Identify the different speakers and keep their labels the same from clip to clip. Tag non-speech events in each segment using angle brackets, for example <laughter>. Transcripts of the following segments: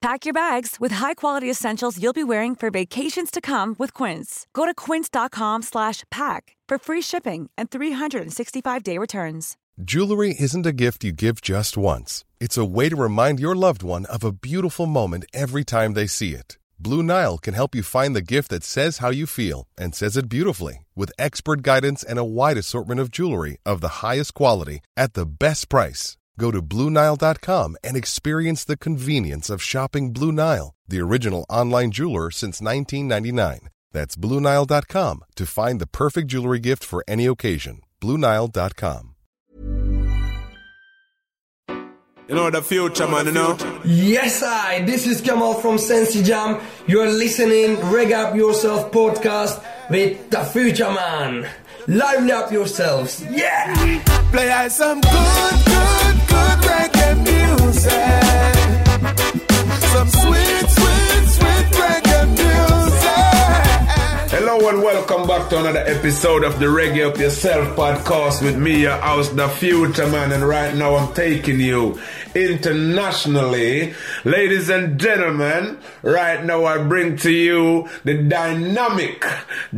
Speaker 1: Pack your bags with high-quality essentials you'll be wearing for vacations to come with Quince. Go to quince.com/pack for free shipping and 365-day returns.
Speaker 2: Jewelry isn't a gift you give just once. It's a way to remind your loved one of a beautiful moment every time they see it. Blue Nile can help you find the gift that says how you feel and says it beautifully with expert guidance and a wide assortment of jewelry of the highest quality at the best price. Go to BlueNile.com and experience the convenience of shopping Blue Nile, the original online jeweler since 1999. That's BlueNile.com to find the perfect jewelry gift for any occasion. BlueNile.com.
Speaker 3: You know the future, man, you know?
Speaker 4: Yes, I. This is Kamal from Sensi Jam. You are listening Reg Up Yourself podcast with the Future Man. Lively up yourselves. Yeah!
Speaker 3: Play us some good, good, good reggae music. Some sweet, sweet, sweet reggae music.
Speaker 5: Hello and welcome back to another episode of the Reggae Up Yourself podcast with me, your host, The Future Man, and right now I'm taking you internationally. Ladies and gentlemen, right now I bring to you the dynamic,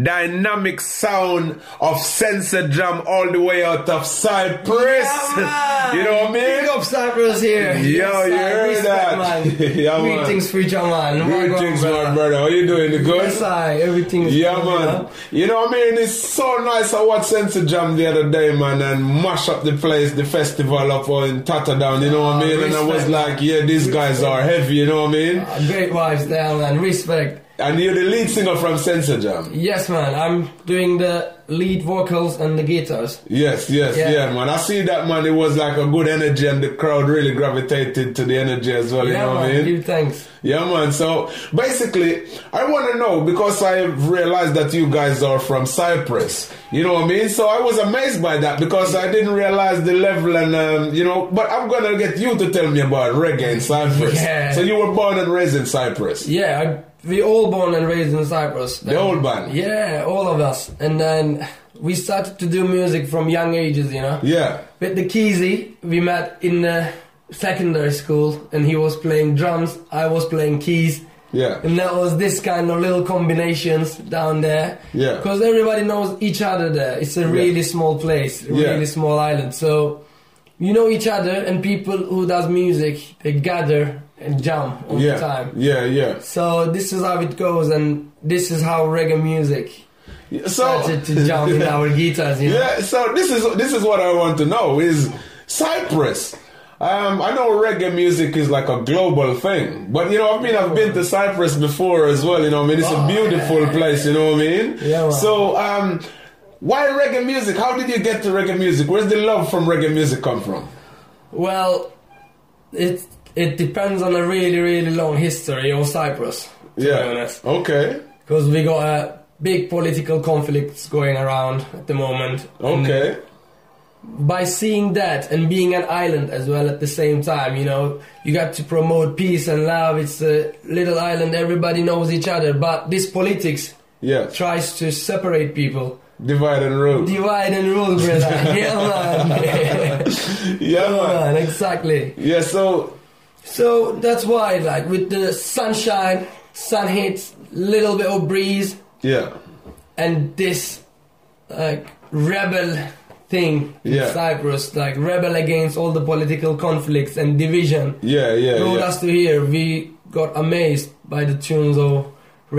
Speaker 5: dynamic sound of Sensor Jam all the way out of Cyprus.
Speaker 4: Yeah, man.
Speaker 5: you know what I mean?
Speaker 4: Big up Cyprus here.
Speaker 5: Yo,
Speaker 4: I.
Speaker 5: you heard
Speaker 4: Respect,
Speaker 5: that.
Speaker 4: Man.
Speaker 5: <laughs> Yeah, man.
Speaker 4: Greetings, Future Man.
Speaker 5: Greetings, my
Speaker 4: brother.
Speaker 5: brother. How you doing? You good?
Speaker 4: Yes, I. Everything is
Speaker 5: Yeah,
Speaker 4: good, you
Speaker 5: man.
Speaker 4: know?
Speaker 5: You know what I mean? It's so nice. I watched Sensor Jam the other day, man, and mash up the place, the festival up in Tatterdown, you know what I mean? And I was
Speaker 4: respect.
Speaker 5: like, yeah, these guys are heavy, you know what I mean?
Speaker 4: Uh, Great vibes there, man. Respect.
Speaker 5: And you're the lead singer from Sensor Jam.
Speaker 4: Yes, man. I'm doing the lead vocals and the guitars.
Speaker 5: Yes, yes, yeah.
Speaker 4: Yeah.
Speaker 5: man. I see that, man. It was like a good energy, and the crowd really gravitated to the energy as well, you
Speaker 4: yeah,
Speaker 5: know what I
Speaker 4: man.
Speaker 5: mean?
Speaker 4: Give thanks.
Speaker 5: Yeah, man. So basically, I want to know because I realized that you guys are from Cyprus. You know what I mean? So I was amazed by that because I didn't realize the level and, um, you know, but I'm going to get you to tell me about reggae in Cyprus.
Speaker 4: Yeah.
Speaker 5: So you were born and raised in Cyprus.
Speaker 4: Yeah, I, we all born and raised in Cyprus.
Speaker 5: The old band.
Speaker 4: Yeah, all of us. And then we started to do music from young ages, you know.
Speaker 5: Yeah.
Speaker 4: With the Keezy, we met in the secondary school, and he was playing drums, I was playing keys.
Speaker 5: Yeah.
Speaker 4: And that was this kind of little combinations down there.
Speaker 5: Yeah.
Speaker 4: Because everybody knows each other there. It's a really small place,
Speaker 5: Yeah.
Speaker 4: really small island. So you know each other, and people who does music, they gather and jam all
Speaker 5: Yeah.
Speaker 4: the time.
Speaker 5: Yeah, yeah.
Speaker 4: So this is how it goes, and this is how reggae music
Speaker 5: So
Speaker 4: started to jump in our guitars. You know?
Speaker 5: Yeah, so this is this is what I want to know is Cyprus. Um, I know reggae music is like a global thing, but you know, I mean, I've been to Cyprus before as well. You know, I mean, it's a beautiful place. You know what I mean?
Speaker 4: Oh, Yeah, man.
Speaker 5: So, um, why reggae music? How did you get to reggae music? Where's the love from reggae music come from?
Speaker 4: Well, it it depends on a really really long history of Cyprus. To be honest,
Speaker 5: Okay.
Speaker 4: because we got a big political conflicts going around at the moment. And
Speaker 5: Okay.
Speaker 4: by seeing that and being an island as well at the same time, you know, you got to promote peace and love. It's a little island, everybody knows each other, but this politics
Speaker 5: Yeah.
Speaker 4: tries to separate people.
Speaker 5: Divide and rule.
Speaker 4: Divide and rule,
Speaker 5: <laughs>
Speaker 4: brother. yeah, man. <laughs>
Speaker 5: yeah,
Speaker 4: yeah,
Speaker 5: man.
Speaker 4: man, exactly.
Speaker 5: Yeah. So
Speaker 4: So that's why, like, with the sunshine, sun hits, little bit of breeze,
Speaker 5: yeah.
Speaker 4: and this, like, rebel thing in
Speaker 5: Yeah.
Speaker 4: Cyprus, like, rebel against all the political conflicts and division,
Speaker 5: Yeah, yeah,
Speaker 4: brought
Speaker 5: yeah.
Speaker 4: us to here. We got amazed by the tunes of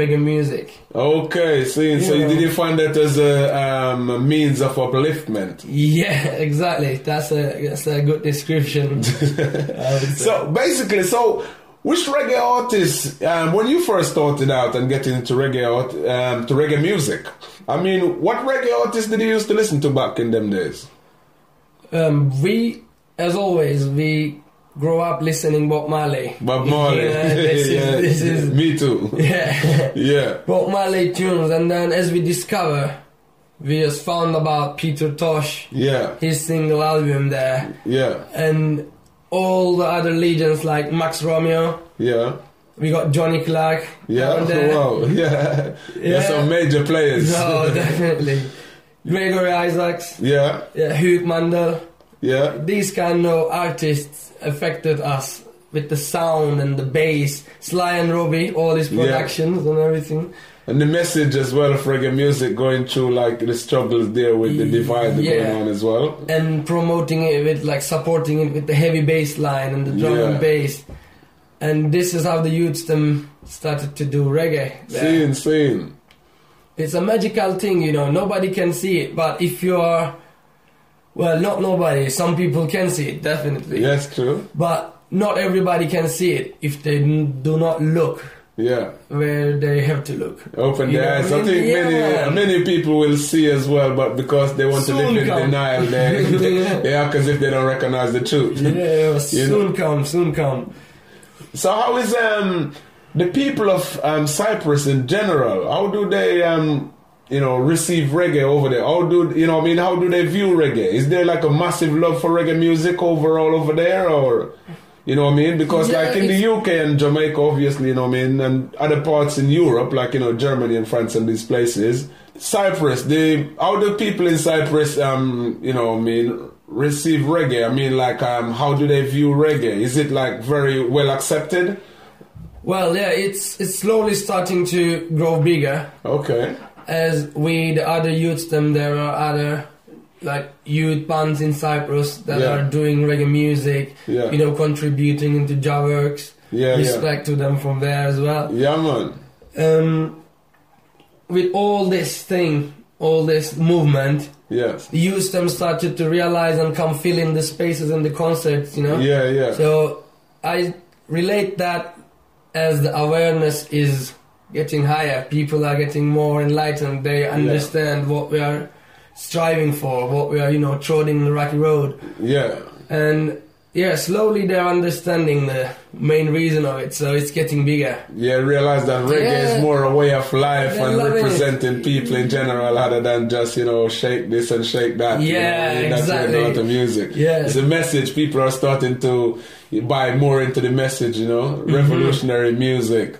Speaker 4: reggae music.
Speaker 5: Okay, so, you- so you
Speaker 4: Yeah.
Speaker 5: did you find that as a um, a means of upliftment?
Speaker 4: Yeah, <laughs> exactly. That's a that's a good description.
Speaker 5: <laughs>
Speaker 4: I would say.
Speaker 5: So basically, so which reggae artists um, when you first started out and getting into reggae art, um, to reggae music? I mean, what reggae artists did you used to listen to back in them days?
Speaker 4: Um, we, as always, we grow up listening Bob Marley.
Speaker 5: Bob Marley. <laughs>
Speaker 4: Yeah, this
Speaker 5: Yeah,
Speaker 4: is, this
Speaker 5: <laughs>
Speaker 4: is
Speaker 5: me too.
Speaker 4: yeah.
Speaker 5: <laughs> Yeah,
Speaker 4: Bob Marley tunes, and then as we discover we just found about Peter Tosh,
Speaker 5: Yeah.
Speaker 4: his single album there,
Speaker 5: Yeah.
Speaker 4: and all the other legends like Max Romeo.
Speaker 5: Yeah.
Speaker 4: We got Johnny Clark.
Speaker 5: Yeah.
Speaker 4: down there.
Speaker 5: Wow. <laughs> Yeah. There's
Speaker 4: Yeah.
Speaker 5: some major players.
Speaker 4: <laughs> No, definitely. Gregory Isaacs,
Speaker 5: <laughs> yeah.
Speaker 4: yeah, Hugh Mandel.
Speaker 5: Yeah.
Speaker 4: These kind of artists affected us with the sound and the bass. Sly and Robbie, all his
Speaker 5: Yeah.
Speaker 4: productions and everything.
Speaker 5: And the message as well of reggae music going through like the struggles there with the divide
Speaker 4: Mm, Yeah.
Speaker 5: going on as well.
Speaker 4: and promoting it with like supporting it with the heavy bass line and the drum
Speaker 5: Yeah.
Speaker 4: and bass. And this is how the youths them started to do reggae.
Speaker 5: See, insane.
Speaker 4: It's a magical thing, you know. Nobody can see it, but if you are, well, not nobody. Some people can see it definitely,
Speaker 5: Yes, true.
Speaker 4: but not everybody can see it if they n- do not look
Speaker 5: Yeah.
Speaker 4: where they have to look.
Speaker 5: Open
Speaker 4: You
Speaker 5: their
Speaker 4: know,
Speaker 5: eyes. I think many
Speaker 4: yeah.
Speaker 5: many people will see as well, but because they want to
Speaker 4: Soon
Speaker 5: live in
Speaker 4: come.
Speaker 5: denial,
Speaker 4: <laughs>
Speaker 5: they,
Speaker 4: Yeah.
Speaker 5: they act as if they don't recognize the truth.
Speaker 4: Yeah, soon
Speaker 5: know.
Speaker 4: come, soon come.
Speaker 5: So how is um the people of um, Cyprus in general? How do they um you know receive reggae over there? How do you know? I mean, how do they view reggae? Is there like a massive love for reggae music overall over there, or you know what I mean? Because
Speaker 4: Yeah,
Speaker 5: like in the
Speaker 4: it's-
Speaker 5: UK and Jamaica, obviously, you know what I mean, and other parts in Europe, like you know Germany and France and these places, Cyprus. They how do people in Cyprus um you know what I mean receive reggae? I mean, like um how do they view reggae? Is it like very well accepted?
Speaker 4: Well, yeah, it's it's slowly starting to grow bigger.
Speaker 5: Okay.
Speaker 4: as we the other youths them there are other like youth bands in Cyprus that
Speaker 5: Yeah.
Speaker 4: are doing reggae music
Speaker 5: Yeah.
Speaker 4: you know contributing into Jaworks
Speaker 5: Yeah, yeah.
Speaker 4: respect to them from there as well
Speaker 5: Yeah, man.
Speaker 4: um, with all this thing all this movement
Speaker 5: Yes.
Speaker 4: the youths them started to realize and come fill in the spaces and the concerts you know
Speaker 5: Yeah, yeah.
Speaker 4: so I relate that as the awareness is getting higher, people are getting more enlightened. They understand what we are striving for, what we are, you know, trotting the rocky road.
Speaker 5: yeah.
Speaker 4: And yeah, slowly they're understanding the main reason of it. So it's getting bigger.
Speaker 5: Yeah, realize that reggae
Speaker 4: Yeah.
Speaker 5: is more a way of life
Speaker 4: I
Speaker 5: and
Speaker 4: love it.
Speaker 5: representing people in general other than just, you know, shake this and shake that. you know,
Speaker 4: Yeah,
Speaker 5: I mean, that's where
Speaker 4: exactly.
Speaker 5: a lot of music.
Speaker 4: Yeah.
Speaker 5: It's a message. People are starting to buy more into the message, you know,
Speaker 4: Mm-hmm.
Speaker 5: revolutionary music,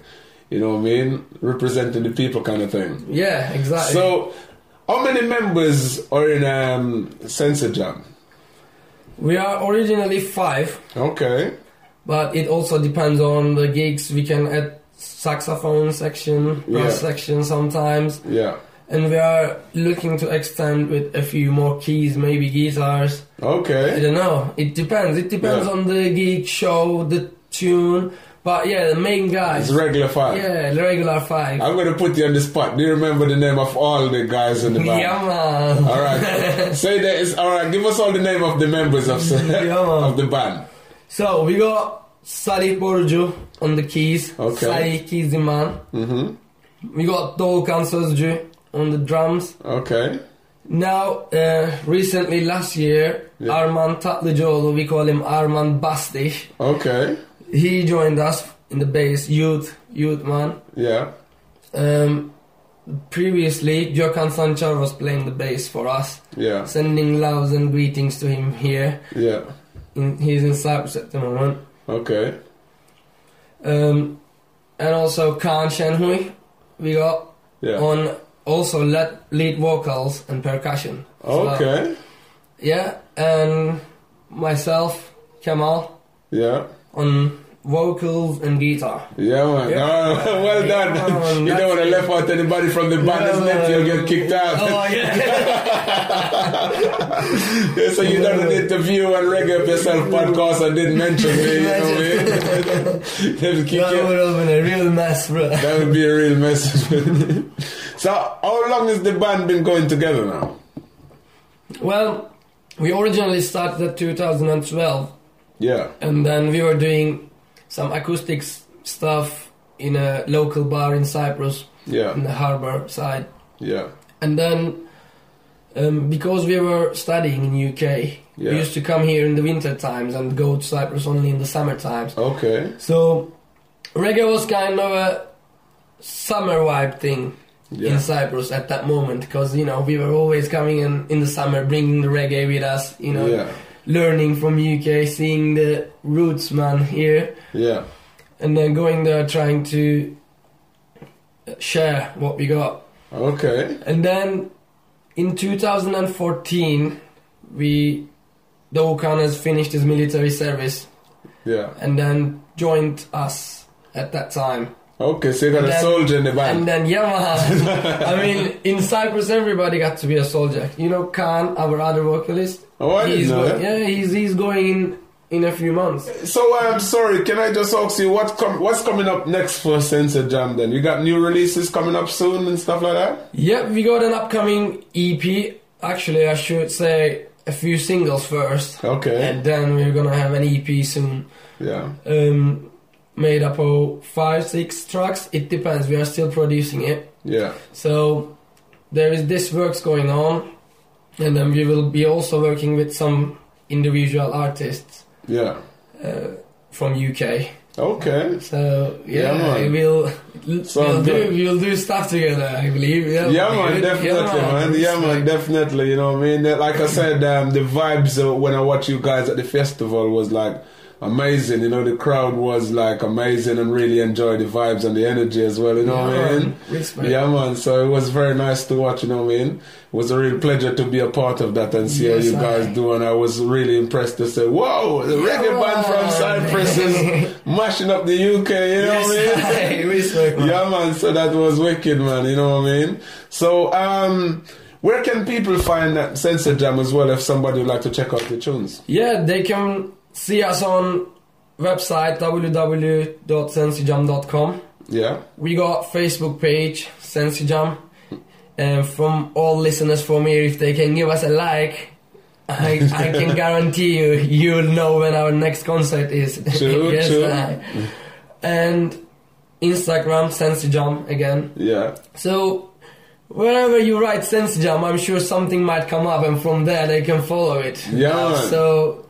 Speaker 5: you know what I mean? Representing the people kind of thing.
Speaker 4: Yeah, exactly.
Speaker 5: So, how many members are in um, Sensor Jam?
Speaker 4: we are originally five,
Speaker 5: Okay.
Speaker 4: but it also depends on the gigs we can add saxophone section, brass
Speaker 5: Yeah.
Speaker 4: section sometimes.
Speaker 5: Yeah.
Speaker 4: and we are looking to extend with a few more keys, maybe guitars. I
Speaker 5: Okay.
Speaker 4: don't know. It depends. It depends
Speaker 5: Yeah.
Speaker 4: on the gig, show, the tune. But yeah, the main
Speaker 5: It's
Speaker 4: guys.
Speaker 5: regular five.
Speaker 4: yeah, the regular five.
Speaker 5: I'm gonna put you on the spot. Do you remember the name of all the guys in the band?
Speaker 4: yeah, man.
Speaker 5: All
Speaker 4: <laughs>
Speaker 5: right. Say that is all right. Give us all the name of the members of
Speaker 4: Yeah, man.
Speaker 5: of the band.
Speaker 4: So we got Salih Borucu on the keys.
Speaker 5: Okay.
Speaker 4: Salih Kiziman. Mm-hmm. We got Doğukan Sözcü on the drums.
Speaker 5: Okay.
Speaker 4: Now, uh, recently last year, Arman Tatlıcıoğlu, we call him Arman Bastiş.
Speaker 5: Okay.
Speaker 4: he joined us in the base youth youth man
Speaker 5: Yeah.
Speaker 4: um previously jokan sanchar was playing the bass for us
Speaker 5: Yeah.
Speaker 4: sending loves and greetings to him here
Speaker 5: Yeah.
Speaker 4: in, he's in cyprus at the moment
Speaker 5: Okay.
Speaker 4: um and also khan shenhui we got
Speaker 5: Yeah.
Speaker 4: on also lead, lead vocals and percussion as well.
Speaker 5: Okay.
Speaker 4: yeah and myself kamal
Speaker 5: Yeah.
Speaker 4: on vocals and guitar
Speaker 5: Yeah, man.
Speaker 4: Yeah.
Speaker 5: All right. <laughs> well done.
Speaker 4: Yeah, man.
Speaker 5: you don't want to left out anybody from the band, isn't it? You'll get kicked out.
Speaker 4: oh <laughs> yeah
Speaker 5: Yeah, <laughs> so you done an interview and reggae up yourself podcast and didn't mention me, you know <laughs> what I mean? They'll kick
Speaker 4: That would
Speaker 5: you.
Speaker 4: have been a real mess, bro.
Speaker 5: That would be a real message. <laughs> so how long has the band been going together now?
Speaker 4: Well, we originally started at 2012,
Speaker 5: Yeah.
Speaker 4: and then we were doing some acoustics stuff in a local bar in Cyprus, in
Speaker 5: Yeah.
Speaker 4: the harbor side.
Speaker 5: Yeah.
Speaker 4: And then, um, because we were studying in UK,
Speaker 5: Yeah.
Speaker 4: we used to come here in the winter times and go to Cyprus only in the summer times.
Speaker 5: Okay.
Speaker 4: So, reggae was kind of a summer vibe thing.
Speaker 5: Yeah.
Speaker 4: in Cyprus at that moment because you know we were always coming in in the summer, bringing the reggae with us. You know,
Speaker 5: Yeah.
Speaker 4: learning from UK, seeing the roots man here,
Speaker 5: Yeah.
Speaker 4: and then going there trying to share what we got.
Speaker 5: Okay.
Speaker 4: And then in 2014, we the Okan has finished his military service
Speaker 5: Yeah.
Speaker 4: and then joined us at that time.
Speaker 5: Okay, so you got
Speaker 4: And
Speaker 5: a
Speaker 4: then-
Speaker 5: soldier in the
Speaker 4: And
Speaker 5: band.
Speaker 4: then Yamaha.
Speaker 5: <laughs>
Speaker 4: I mean, in Cyprus, everybody got to be a soldier. You know, Khan, our other vocalist.
Speaker 5: Oh, I didn't
Speaker 4: he's
Speaker 5: know
Speaker 4: going,
Speaker 5: that.
Speaker 4: Yeah, he's he's going in in a few months.
Speaker 5: so I'm sorry. Can I just ask you what com- what's coming up next for Sensor Jam? Then you got new releases coming up soon and stuff like that.
Speaker 4: Yep, we got an upcoming EP. Actually, I should say a few singles first,
Speaker 5: Okay.
Speaker 4: and then we're gonna have an EP soon.
Speaker 5: yeah.
Speaker 4: Um, made up of five, six tracks. It depends. We are still producing it.
Speaker 5: Yeah.
Speaker 4: So there is this works going on, and then we will be also working with some individual artists
Speaker 5: Yeah.
Speaker 4: from UK.
Speaker 5: Okay.
Speaker 4: So
Speaker 5: Yeah,
Speaker 4: yeah,
Speaker 5: man.
Speaker 4: we'll
Speaker 5: Sounds
Speaker 4: we'll
Speaker 5: good.
Speaker 4: do we'll do stuff together. I believe. Yeah,
Speaker 5: Yeah, man, definitely, man. Yeah, man, definitely. You know what I mean? Like I said, um, the vibes uh, when I watched you guys at the festival was like amazing. You know, the crowd was like amazing and really enjoyed the vibes and the energy as well. You know
Speaker 4: Yeah,
Speaker 5: what I mean?
Speaker 4: man. Respect.
Speaker 5: Yeah, man. So it was very nice to watch. You know what I mean? It was a real pleasure to be a part of that and see how
Speaker 4: Yes,
Speaker 5: you guys
Speaker 4: I-
Speaker 5: do. And I was really impressed to say, "Whoa, the reggae band from
Speaker 4: man.
Speaker 5: Cyprus is mashing up the UK." You know what I mean?
Speaker 4: <laughs> Yes, respect, man.
Speaker 5: Yeah, man. So that was wicked, man. You know what I mean? So, um, where can people find that Sensor Jam as well if somebody would like to check out the tunes?
Speaker 4: Yeah, they can see us on website www.sensijam.com.
Speaker 5: Yeah.
Speaker 4: We got Facebook page Sensijam, and from all listeners from here, if they can give us a like, I, I
Speaker 5: <laughs>
Speaker 4: can guarantee you, you'll know when our next concert is. <laughs>
Speaker 5: True, true.
Speaker 4: I- And Instagram Sensijam again.
Speaker 5: Yeah.
Speaker 4: So wherever you write Sensijam, I'm sure something might come up, and from there they can follow it.
Speaker 5: Yeah, man.
Speaker 4: so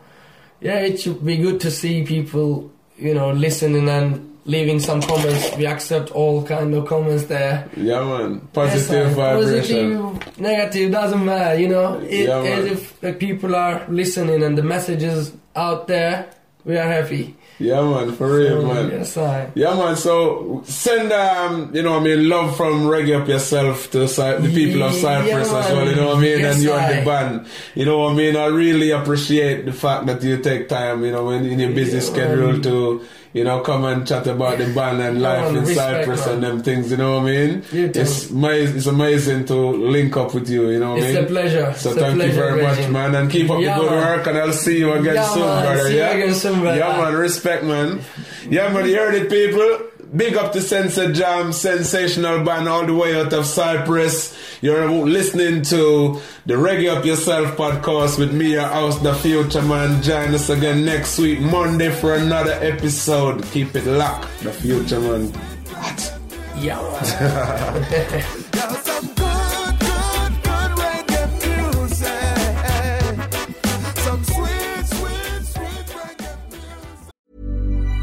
Speaker 4: yeah, it should be good to see people, you know, listening and leaving some comments. We accept all kind of comments there.
Speaker 5: Yeah, man.
Speaker 4: Yes,
Speaker 5: Positive
Speaker 4: sir.
Speaker 5: vibration.
Speaker 4: Positive, negative doesn't matter. You know, it,
Speaker 5: Yeah, man.
Speaker 4: as if the people are listening and the messages out there, we are happy.
Speaker 5: Yeah, man. For real, man.
Speaker 4: Yes, I.
Speaker 5: Yeah, man. So send, um, you know, what I mean, love from reggae up yourself to Cy- the people of
Speaker 4: Yeah,
Speaker 5: Cyprus as
Speaker 4: man.
Speaker 5: well. You know what I mean?
Speaker 4: Yes,
Speaker 5: and you and
Speaker 4: I-
Speaker 5: the band. You know what I mean? I really appreciate the fact that you take time, you know, in, in your busy schedule
Speaker 4: man.
Speaker 5: to, you know, come and chat about the band and
Speaker 4: Yeah,
Speaker 5: life
Speaker 4: man,
Speaker 5: in
Speaker 4: respect,
Speaker 5: Cyprus
Speaker 4: man.
Speaker 5: and them things. You know what I mean?
Speaker 4: You too.
Speaker 5: It's amaz- It's amazing to link up with you. You know what I
Speaker 4: It's
Speaker 5: mean?
Speaker 4: a pleasure.
Speaker 5: So
Speaker 4: It's a
Speaker 5: thank you
Speaker 4: pleasure,
Speaker 5: very much,
Speaker 4: Reggie.
Speaker 5: man, and keep up
Speaker 4: Yeah,
Speaker 5: the good
Speaker 4: man.
Speaker 5: work. And I'll see you again
Speaker 4: Yeah,
Speaker 5: soon,
Speaker 4: man.
Speaker 5: brother.
Speaker 4: See you
Speaker 5: yeah,
Speaker 4: again soon, brother.
Speaker 5: Yeah, man. Respect, man. Yeah, man. You heard it, people. Big up to Sensor Jam, sensational band all the way out of Cyprus. You're listening to the Reggae Up Yourself podcast with me, your host, the future man. Join us again next week, Monday, for another episode. Keep it locked, the future man.
Speaker 4: Yeah. man.
Speaker 3: Now some good, good, good reggae music. Some sweet, sweet, sweet reggae music.